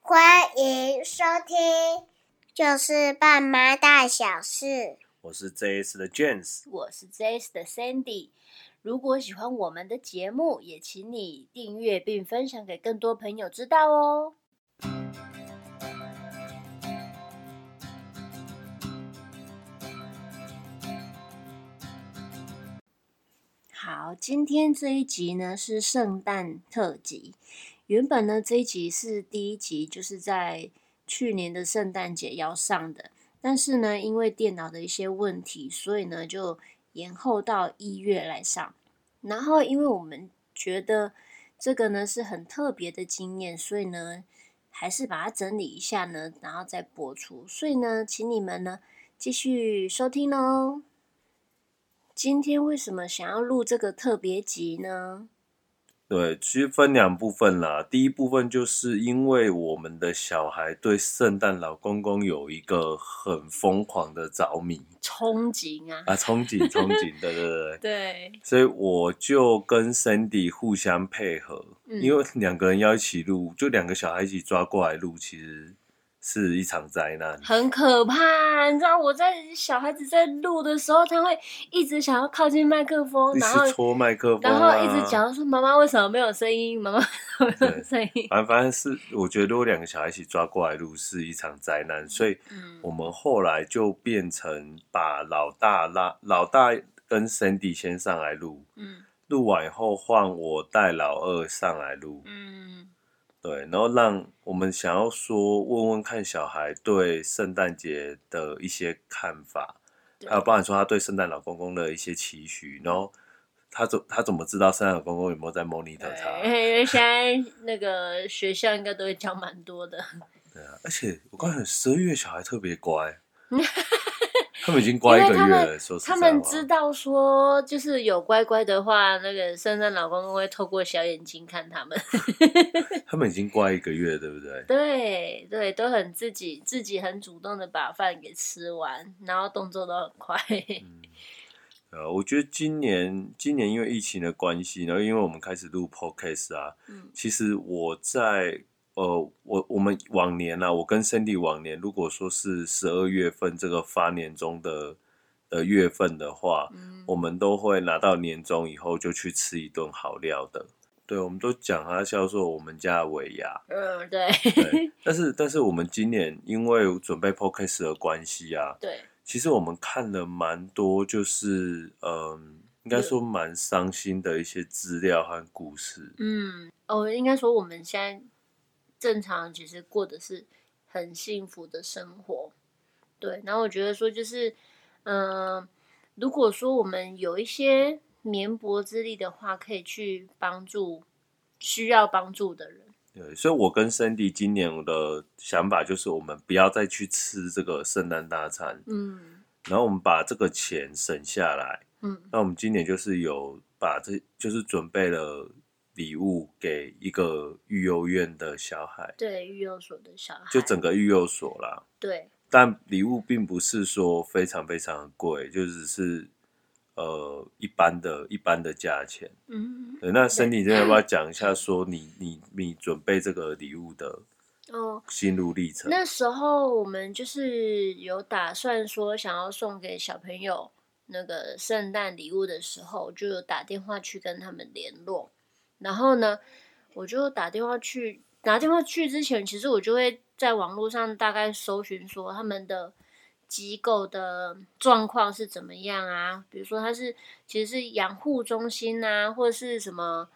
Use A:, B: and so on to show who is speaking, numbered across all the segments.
A: 欢迎收听，就是爸妈大小事。
B: 我是这一次的 James，
C: 我是 Jace 的 Sandy。如果喜欢我们的节目，也请你订阅并分享给更多朋友知道哦。好，今天这一集呢是圣诞特辑。原本呢这一集是第一集，就是在去年的圣诞节要上的，但是呢因为电脑的一些问题，所以呢就延后到一月来上。然后因为我们觉得这个呢是很特别的经验，所以呢还是把它整理一下呢，然后再播出。所以呢，请你们呢继续收听哦。今天为什么想要录这个特别集呢？
B: 对，其实分两部分啦。第一部分就是因为我们的小孩对圣诞老公公有一个很疯狂的着迷
C: 憧憬啊，
B: 啊，憧憬憧憬，对对对。
C: 对，
B: 所以我就跟 Sandy 互相配合，
C: 嗯
B: 因为两个人要一起录，就两个小孩一起抓过来录，其实是一场灾难。
C: 很可怕。啊你知道我在小孩子在录的时候，他会一直想要靠近麦克风，
B: 一
C: 哦然
B: 直
C: 后
B: 戳麦克风、
C: 然
B: 啊，
C: 后一直讲说妈妈为什么没有声音，妈妈为什么没有
B: 对啊
C: 声音。
B: 反反正是我觉得，如果两个小孩一起抓过来录是一场灾难，所以
C: 嗯
B: 我们后来就变成把老大拉老大跟 Sandy 先上来录，
C: 嗯
B: 录完以后换我带老二上来录，
C: 嗯
B: 对，然后让我们想要说问问看小孩对圣诞节的一些看法，
C: 对
B: 还有包含说他对圣诞老公公的一些期许，然后他怎他怎么知道圣诞老公公有没有在 monitor 他？
C: 对，因为现在那个学校应该都会教蛮多的，
B: 对啊，而且我告诉你，十二月小孩特 别乖，他们已经乖一个
C: 因为他
B: 月
C: 们
B: 了。说实在
C: 他
B: 话，
C: 们知道说，就是有乖乖的话，那个圣诞老公公会透过小眼睛看他们。
B: 他们已经乖一个月，对不对？
C: 对对，都很自己自己很主动的把饭给吃完，然后动作都很快。
B: 嗯呃，我觉得今年今年因为疫情的关系，然后因为我们开始录 podcast 啊，
C: 嗯
B: 其实我在呃，我我们往年啊，我跟 Cindy 往年，如果说是十二月份这个发年终的的月份的话，
C: 嗯
B: 我们都会拿到年终以后就去吃一顿好料的。对，我们都讲他叫做我们家的尾牙，
C: 嗯， 对
B: 对，但是但是我们今年因为准备 podcast 的关系啊，
C: 对，
B: 其实我们看了蛮多，就是嗯、应该说蛮伤心的一些资料和故事。
C: 嗯，哦，应该说我们现在正常其实过的是很幸福的生活。对，然后我觉得说就是，嗯、如果说我们有一些绵薄之力的话，可以去帮助需要帮助的人。
B: 对，所以我跟 Cindy 今年我的想法就是，我们不要再去吃这个圣诞大餐，
C: 嗯
B: 然后我们把这个钱省下来。
C: 嗯
B: 那我们今年就是有把这就是准备了礼物给一个育幼院的小孩，
C: 对，育幼所的小孩，
B: 就整个育幼所啦。
C: 对，
B: 但礼物并不是说非常非常贵，就只是呃一般的一般的价钱。
C: 嗯，
B: 对，那森你这边要不要讲一下，说你你你准备这个礼物的
C: 哦，
B: 心路历程？
C: 那时候我们就是有打算说想要送给小朋友那个圣诞礼物的时候，就有打电话去跟他们联络。然后呢，我就打电话去，打电话去之前，其实我就会在网络上大概搜寻说他们的机构的状况是怎么样啊？比如说他是其实是养护中心啊，或者是什么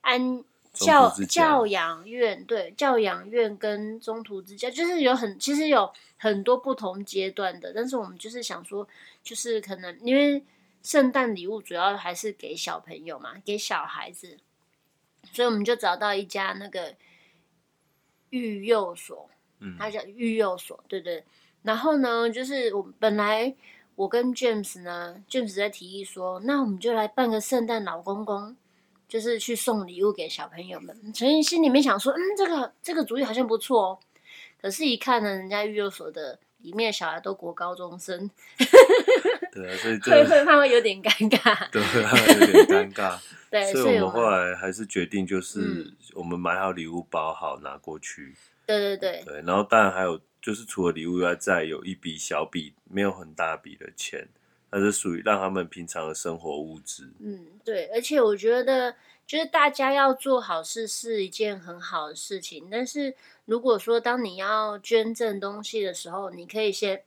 C: 安
B: 中途
C: 教
B: 之家
C: 教养院，对教养院跟中途之家，就是有很其实有很多不同阶段的，但是我们就是想说，就是可能因为圣诞礼物主要还是给小朋友嘛，给小孩子，所以我们就找到一家那个育幼所，
B: 嗯，
C: 它叫育幼所，对对。然后呢，就是我本来我跟 James 呢，James 在提议说，那我们就来办个圣诞老公公，就是去送礼物给小朋友们。所以心里面想说，嗯，这个这个主意好像不错哦。可是，一看呢，人家育幼所的里面的小孩都国高中生，
B: 对啊，所以这
C: 会会怕会有点尴尬。
B: 对啊有点尴尬，
C: 对，
B: 所以
C: 我
B: 我们后来还是决定，就是
C: 嗯
B: 我们买好礼物包好拿过去，
C: 对对对
B: 对，然后当然还有就是除了礼物以外，再有一笔小笔没有很大笔的钱，那是属于让他们平常的生活物资。
C: 嗯，对，而且我觉得就是大家要做好事是一件很好的事情，但是如果说当你要捐赠东西的时候，你可以先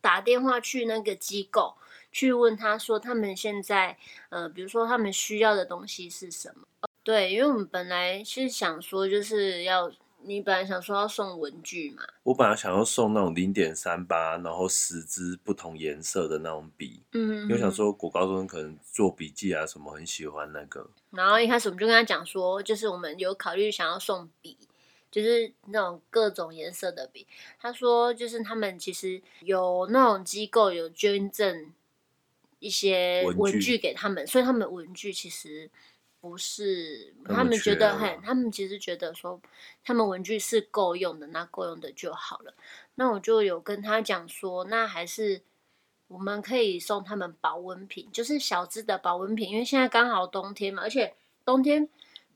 C: 打电话去那个机构去问他说他们现在呃，比如说他们需要的东西是什么。哦对，因为我们本来是想说就是要。你本来想说要送文具嘛？
B: 我本来想要送那种零点三八，然后十支不同颜色的那种笔，
C: 嗯
B: 因为我想，说国高中可能做笔记啊什么很喜欢那个，
C: 然后一开始我们就跟他讲说，就是我们有考虑想要送笔，就是那种各种颜色的笔。他说，就是他们其实有那种机构有捐赠一些
B: 文具
C: 文具给他们，所以他们文具其实不是
B: 他们
C: 他们觉
B: 缺
C: 得
B: 了
C: 很，他们其实觉得说他们文具是够用的，那够用的就好了。那我就有跟他讲说，那还是我们可以送他们保温瓶，就是小支的保温瓶，因为现在刚好冬天嘛，而且冬天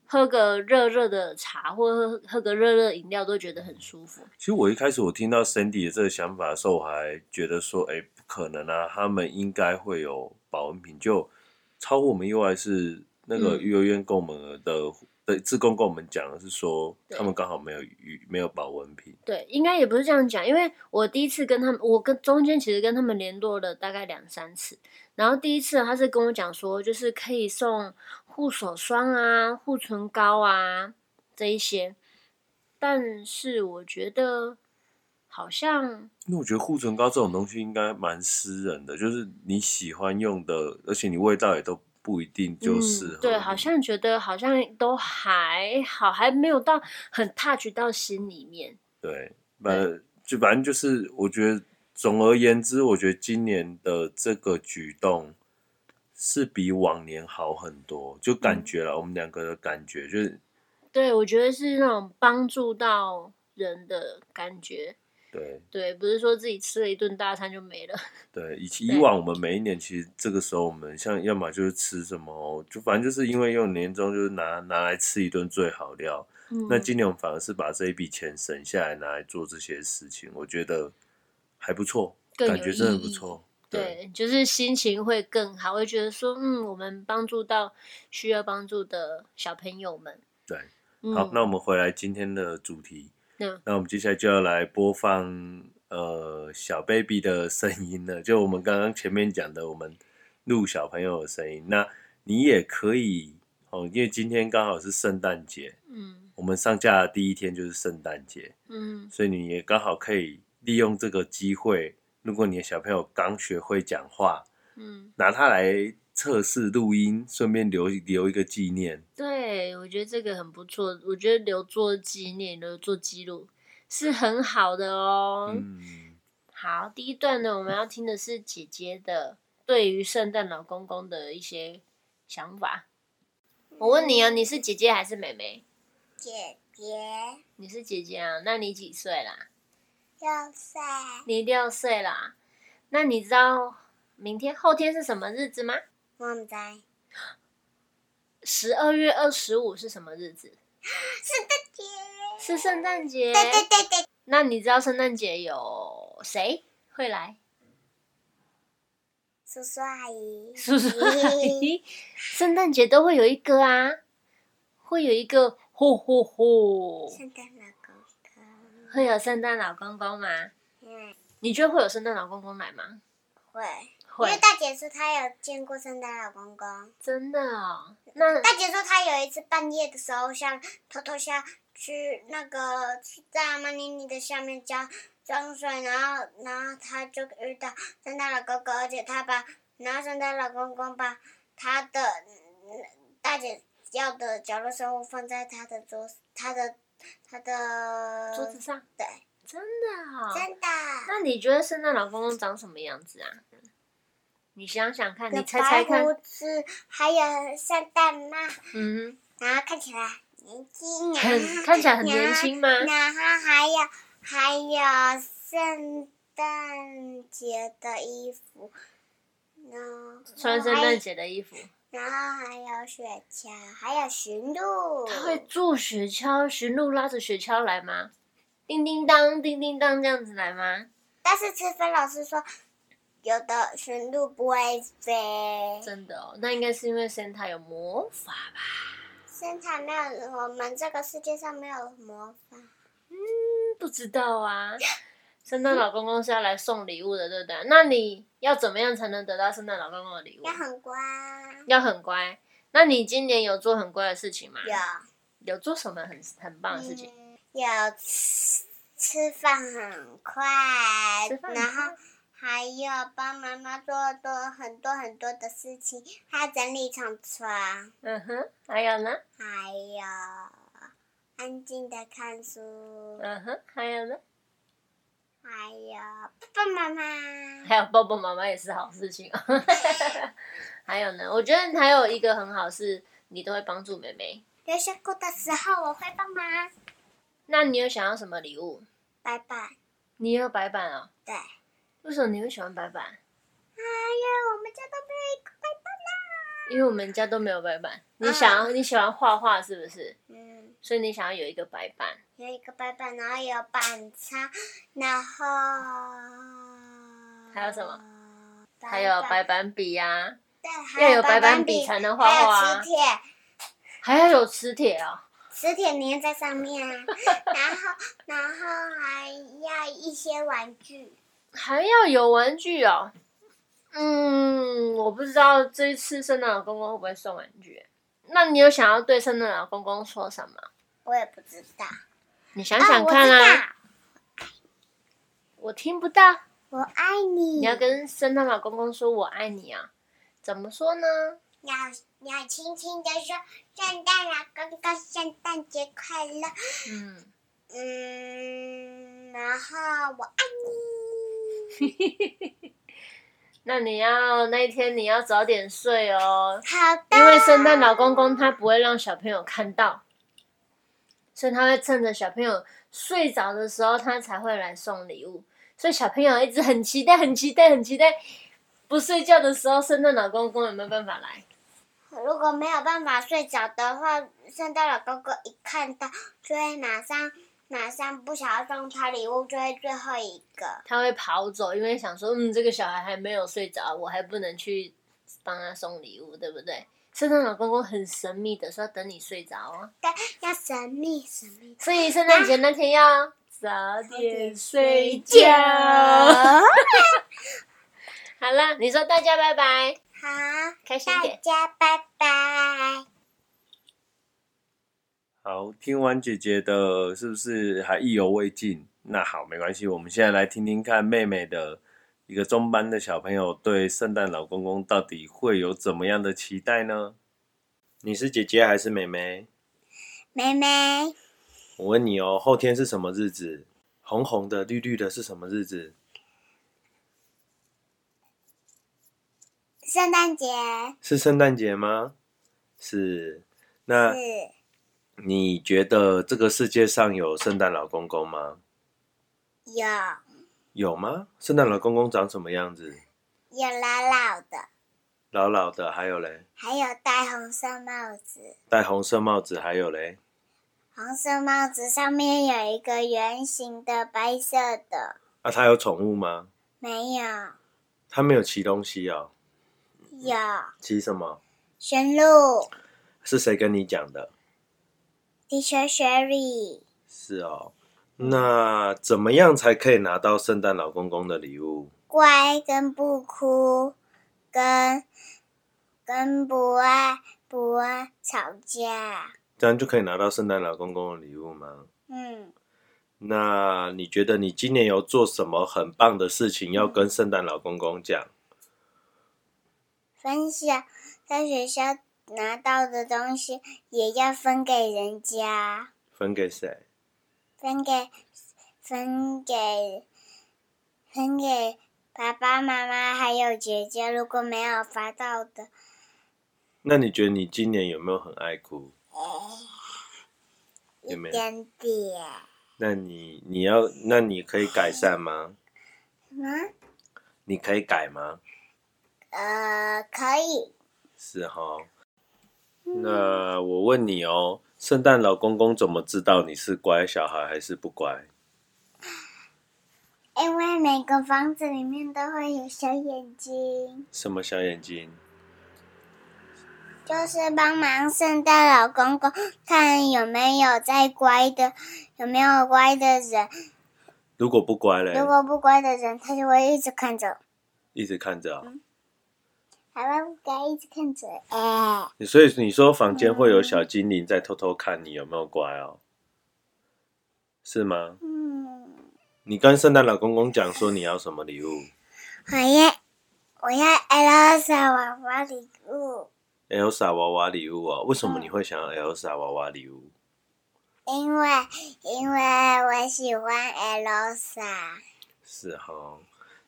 C: 喝个热热的茶或喝喝个热热饮料都觉得很舒服。
B: 其实我一开始我听到 Sandy 的这个想法的时候，我还觉得说，哎、不可能啊，他们应该会有保温瓶。就超乎我们意外是那个
C: 嗯
B: 幼儿园跟我们的的志工跟我们讲的是说，
C: 对
B: 他们刚好没有鱼没有保温瓶。
C: 对，应该也不是这样讲，因为我第一次跟他们，我跟中间其实跟他们联络了大概两三次，然后第一次他是跟我讲说，就是可以送护手霜啊、护唇膏啊这一些，但是我觉得好像
B: 因为我觉得护唇膏这种东西应该蛮私人的，就是你喜欢用的，而且你味道也都不一定就适合你、
C: 嗯、对，好像觉得好像都还好，还没有到很 touch 到心里面。
B: 对，反就反正就是，我觉得总而言之，我觉得今年的这个举动是比往年好很多，就
C: 嗯
B: 感觉了、我们两个的感觉就是
C: 对，我觉得是那种帮助到人的感觉。
B: 对
C: 对，不是说自己吃了一顿大餐就没了。
B: 对，以以往我们每一年其实这个时候我们像要么就是吃什么，就反正就是因为用年终就是拿拿来吃一顿最好料，
C: 嗯
B: 那今年我们反而是把这一笔钱省下来拿来做这些事情，我觉得还不错，
C: 更有
B: 感觉真的
C: 意
B: 不
C: 义
B: 错，对
C: 对，就是心情会更好，会觉得说，嗯，我们帮助到需要帮助的小朋友们。
B: 对。
C: 嗯、
B: 好，那我们回来今天的主题。
C: 嗯
B: 那我们接下来就要来播放呃小 baby 的声音了，就我们刚刚前面讲的，我们录小朋友的声音。那你也可以哦，因为今天刚好是圣诞节，
C: 嗯
B: 我们上架的第一天就是圣诞节，
C: 嗯，
B: 所以你也刚好可以利用这个机会，如果你的小朋友刚学会讲话，
C: 嗯，
B: 拿它来测试录音，顺便留留一个纪念。
C: 对，我觉得这个很不错，我觉得留作纪念、留作记录是很好的哦。
B: 嗯。
C: 好，第一段呢，我们要听的是姐姐的对于圣诞老公公的一些想法。我问你啊，你是姐姐还是妹妹？
A: 姐姐
C: 你是姐姐啊，那你几岁啦？
A: 要晒
C: 你六岁啦，那你知道明天后天是什么日子吗？
A: 旺仔，
C: 十二月二十五是什么日子？
A: 圣诞节，
C: 是圣诞节。
A: 对对对对，
C: 那你知道圣诞节有谁会来？
A: 叔叔阿姨，
C: 叔叔阿姨，圣诞节都会有一个啊，会有一个吼吼吼，
A: 圣诞老公公，
C: 会有圣诞老公公吗？
A: 嗯，
C: 你觉得会有圣诞老公公来吗？
A: 会，因
C: 会
A: 为，大姐说她有见过圣诞老公公，
C: 真的哦。那
A: 大姐说她有一次半夜的时候，像偷偷下去那个去在阿玛尼尼的下面浇装水，然后然后她就遇到圣诞老公公，而且她把然后圣诞老公公把她的嗯大姐要的角落生物放在她的桌她的她的
C: 桌子上
A: 对，
C: 真的哦，
A: 真的。
C: 那你觉得圣诞老公公长什么样子啊？你想想看，你
A: 有
C: 猜猜
A: 白
C: 看
A: 胡。子，还有圣诞帽，
C: 嗯，
A: 然啊后看起来年轻，然
C: 很
A: 后
C: 看起来很年轻吗？
A: 然后还有还有圣诞节的衣服，呢，
C: 穿圣诞节的衣服。
A: 然后还有雪橇，还有驯鹿，
C: 他会坐雪橇，驯鹿拉着雪橇来吗？叮叮当，叮叮当，这样子来吗？
A: 但是吃飞老师说，有的驯鹿不会飞。
C: 真的哦，那应该是因为 Santa 有魔法吧？
A: 现在没有，我们这个世界上没有魔法。
C: 嗯不知道啊。圣诞老公公是要来送礼物的，对不对？那你要怎么样才能得到圣诞老公公的礼物
A: 要？很乖，
C: 要很乖。那你今年有做很乖的事情吗？
A: 有
C: 有做什么很很棒的事情？
A: 嗯有吃吃饭很快，
C: 吃饭
A: 然后还有帮妈妈做多很多很多的事情，还有整理床床，
C: 嗯哼，还有呢？
A: 还有安静的看书，
C: 嗯哼，还有呢？
A: 还有爸爸妈妈。
C: 还有抱抱妈妈也是好事情、哦。 还有呢，我觉得还有一个很好是，你都会帮助妹妹。
A: 留学过的时候我会帮忙。
C: 那你有想要什么礼物？
A: 拜拜。
C: 你也有白板哦？
A: 对。
C: 为什么你会喜欢白板？
A: 哎呀，我们家都没有一个拜拜啦。
C: 因为我们家都没有白板。你
A: 啊
C: 想要、你喜欢画画是不是？
A: 嗯。
C: 所以你想要有一个白板。
A: 有一个白板，然后有板擦，然后
C: 还有什么？
A: 板
C: 还有白，板笔啊呀、
A: 对，还
C: 要有白
A: 白
C: 板笔
A: 笔
C: 才能画画啊
A: 还有磁铁，
C: 还要有磁铁哦。
A: 磁铁粘在上面 啊。然后，然后还要一些玩具。
C: 还要有玩具哦。嗯，我不知道这一次圣诞老公公会不会送玩具。那你有想要对圣诞老公公说什么？
A: 我也不知道，
C: 你想想看
A: 哦
C: 啊，我听不到。
A: 我知道我爱你。
C: 你要跟圣诞老公公说我爱你啊？怎么说呢？
A: 要要轻轻的说：“圣诞老公公，圣诞节快乐。”
C: 嗯，
A: 嗯，然后我爱你。
C: 那你要那一天你要早点睡哦，
A: 好的。
C: 因为圣诞老公公他不会让小朋友看到，所以他会趁着小朋友睡着的时候，他才会来送礼物。所以小朋友一直很期待、很期待、很期待，不睡觉的时候，圣诞老公公有没有办法来？
A: 如果没有办法睡着的话，圣诞老公公一看到就会马上马上不想要送他礼物，就会最后一个。
C: 他会跑走，因为想说，嗯，这个小孩还没有睡着，我还不能去帮他送礼物，对不对？圣诞老公公很神秘的说，等你睡着哦。
A: 但要神秘神秘。
C: 所以圣诞节那天要早点睡觉。好了，你说大家拜拜，
A: 好，
C: 开心
A: 大
C: 点。
A: 家拜拜。
B: 好，听完姐姐的，是不是还意犹未尽？那好，没关系，我们现在来听听看妹妹的一个中班的小朋友对圣诞老公公到底会有怎么样的期待呢？你是姐姐还是妹妹？
A: 妹妹，
B: 我问你哦，后天是什么日子？红红的、绿绿的是什么日子？
A: 圣诞节
B: 是圣诞节吗？是。那
A: 是
B: 你觉得这个世界上有圣诞老公公吗？
A: 有
B: 有吗？圣诞老公公长什么样子？
A: 有老老的，
B: 老老的，还有嘞，
A: 还有戴红色帽子。
B: 戴红色帽子，还有嘞，
A: 红色帽子上面有一个圆形的白色的，
B: 啊，他有宠物吗？
A: 没有，
B: 他没有骑东西哦，
A: 有
B: 骑什么？
A: 驯鹿。
B: 是谁跟你讲的？
A: Teacher Sherry，
B: 是哦，那怎么样才可以拿到圣诞老公公的礼物？
A: 乖跟不哭，跟跟不爱不爱吵架。
B: 这样就可以拿到圣诞老公公的礼物吗？
A: 嗯，
B: 那你觉得你今年有做什么很棒的事情要跟圣诞老公公讲？
A: 分享在学校拿到的东西也要分给人家，
B: 分给谁？
A: 分给分给分给爸爸妈妈还有姐姐。如果没有发到的，
B: 那你觉得你今年有没有很爱哭？
A: 一
B: 有没有
A: 点点。
B: 那你你要那你可以改善吗？
A: 嗯，
B: 你可以改吗？
A: 呃，可以。
B: 是哈、那我问你哦，圣诞老公公怎么知道你是乖小孩还是不乖？
A: 因为每个房子里面都会有小眼睛，
B: 什么小眼睛？
A: 就是帮忙圣诞老公公看有没有在乖的，有没有乖的人。
B: 如果不乖嘞，
A: 如果不乖的人，他就会一直看着，
B: 一直看着、哦，
A: 台湾不该一直看着。哎，
B: 你所以你说房间
A: 嗯
B: 会有小精灵在偷偷看你有没有乖哦，是吗？
A: 嗯，
B: 你跟圣诞老公公讲说你要什么礼物
A: 我要我要艾拉莎娃娃礼物，
B: ？Elsa 娃娃礼物哦，为什么你会想要 Elsa 娃娃礼物？
A: 因为因为我喜欢艾拉莎。
B: 是哈、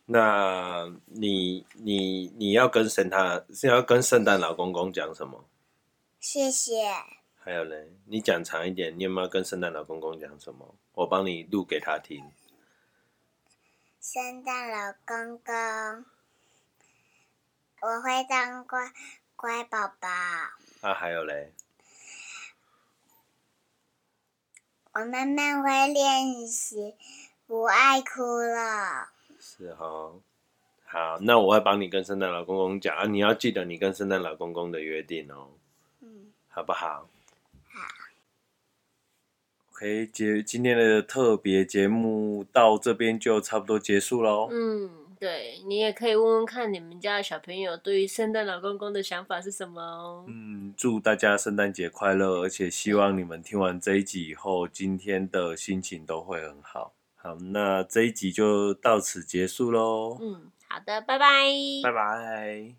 B: 那你你你要跟圣诞是要跟圣诞老公公讲什么？
A: 谢谢，
B: 还有嘞，你讲长一点，你有没有跟圣诞老公公讲什么？我帮你录给他听。
A: 圣诞老公公，我会当乖乖宝宝，
B: 啊，还有嘞，
A: 我慢慢会练习，不爱哭了。
B: 是哈、好，那我会帮你跟圣诞老公公讲啊，你要记得你跟圣诞老公公的约定哦，
A: 嗯，
B: 好不好？OK，节今天的特别节目到这边就差不多结束喽。
C: 嗯，对你也可以问问看你们家的小朋友对于圣诞老公公的想法是什么哦。
B: 嗯，祝大家圣诞节快乐，而且希望你们听完这一集以后，今天的心情都会很好。好，那这一集就到此结束喽，
C: 嗯嗯，好的，拜拜。
B: 拜拜。